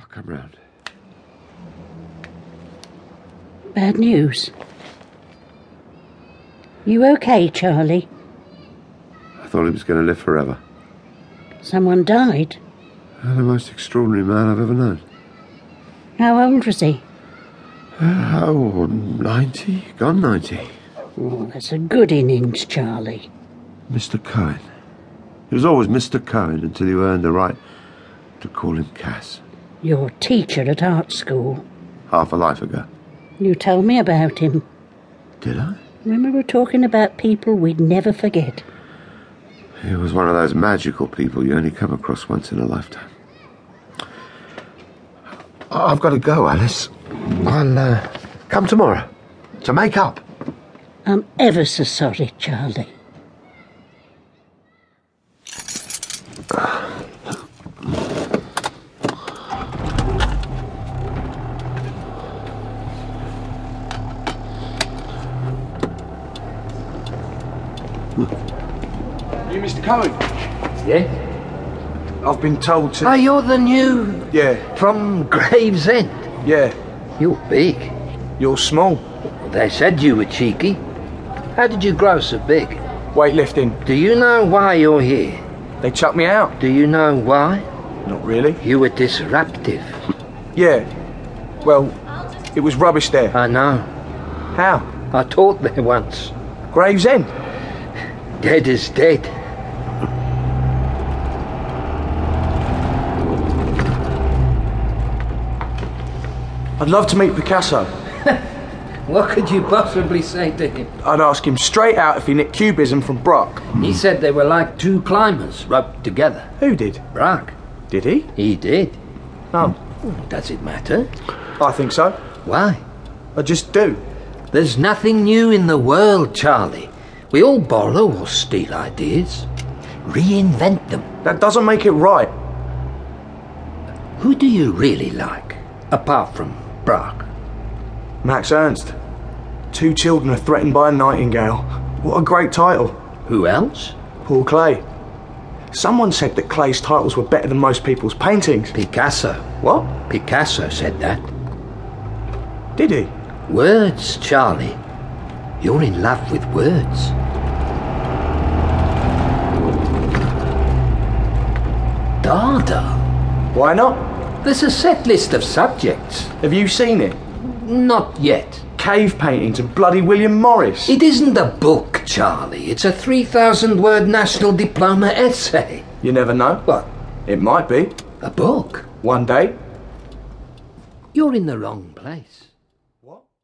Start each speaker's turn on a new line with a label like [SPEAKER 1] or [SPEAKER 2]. [SPEAKER 1] Oh, come round.
[SPEAKER 2] Bad news. You okay, Charlie?
[SPEAKER 1] I thought he was going to live forever.
[SPEAKER 2] Someone died.
[SPEAKER 1] Oh, the most extraordinary man I've ever known.
[SPEAKER 2] How old was he?
[SPEAKER 1] Oh, 90? Gone 90.
[SPEAKER 2] Oh, that's a good innings, Charlie.
[SPEAKER 1] Mr. Cohen. He was always Mr. Cohen until you earned the right to call him Cass.
[SPEAKER 2] Your teacher at art school.
[SPEAKER 1] Half a life ago.
[SPEAKER 2] You told me about him.
[SPEAKER 1] Did I?
[SPEAKER 2] When we were talking about people we'd never forget.
[SPEAKER 1] He was one of those magical people you only come across once in a lifetime. I- I've got to go, Alice. I'll uh, come tomorrow to make up.
[SPEAKER 2] I'm ever so sorry, Charlie.
[SPEAKER 3] You, Mr. Cohen?
[SPEAKER 4] Yeah?
[SPEAKER 3] I've been told to.
[SPEAKER 4] Oh, you're the new
[SPEAKER 3] Yeah,
[SPEAKER 4] from Gravesend.
[SPEAKER 3] yeah.
[SPEAKER 4] You're big.
[SPEAKER 3] You're small.
[SPEAKER 4] They said you were cheeky. How did you grow so big?
[SPEAKER 3] Weightlifting.
[SPEAKER 4] Do you know why you're here?
[SPEAKER 3] They chucked me out.
[SPEAKER 4] Do you know why?
[SPEAKER 3] Not really.
[SPEAKER 4] You were disruptive.
[SPEAKER 3] Yeah. Well, it was rubbish there.
[SPEAKER 4] I know.
[SPEAKER 3] How?
[SPEAKER 4] I taught there once.
[SPEAKER 3] Gravesend.
[SPEAKER 4] Dead is dead.
[SPEAKER 3] I'd love to meet Picasso.
[SPEAKER 4] What could you possibly say to him?
[SPEAKER 3] I'd ask him straight out if he nicked Cubism from Brock.
[SPEAKER 4] He said they were like two climbers roped together.
[SPEAKER 3] Who did?
[SPEAKER 4] Brock.
[SPEAKER 3] Did he?
[SPEAKER 4] He did.
[SPEAKER 3] No.
[SPEAKER 4] Does it matter?
[SPEAKER 3] I think so.
[SPEAKER 4] Why?
[SPEAKER 3] I just do.
[SPEAKER 4] There's nothing new in the world, Charlie. We all borrow or steal ideas, reinvent them.
[SPEAKER 3] That doesn't make it right.
[SPEAKER 4] Who do you really like, apart from Brock?
[SPEAKER 3] Max Ernst. Two children are threatened by a nightingale. What a great title.
[SPEAKER 4] Who else?
[SPEAKER 3] Paul Clay. Someone said that Clay's titles were better than most people's paintings.
[SPEAKER 4] Picasso.
[SPEAKER 3] What?
[SPEAKER 4] Picasso said that.
[SPEAKER 3] Did he?
[SPEAKER 4] Words, Charlie. You're in love with words. Dada.
[SPEAKER 3] Why not?
[SPEAKER 4] There's a set list of subjects.
[SPEAKER 3] Have you seen it?
[SPEAKER 4] Not yet.
[SPEAKER 3] Cave paintings of bloody William Morris.
[SPEAKER 4] It isn't a book, Charlie. It's a 3,000 word national diploma essay.
[SPEAKER 3] You never know.
[SPEAKER 4] What?
[SPEAKER 3] It might be.
[SPEAKER 4] A book?
[SPEAKER 3] One day.
[SPEAKER 4] You're in the wrong place.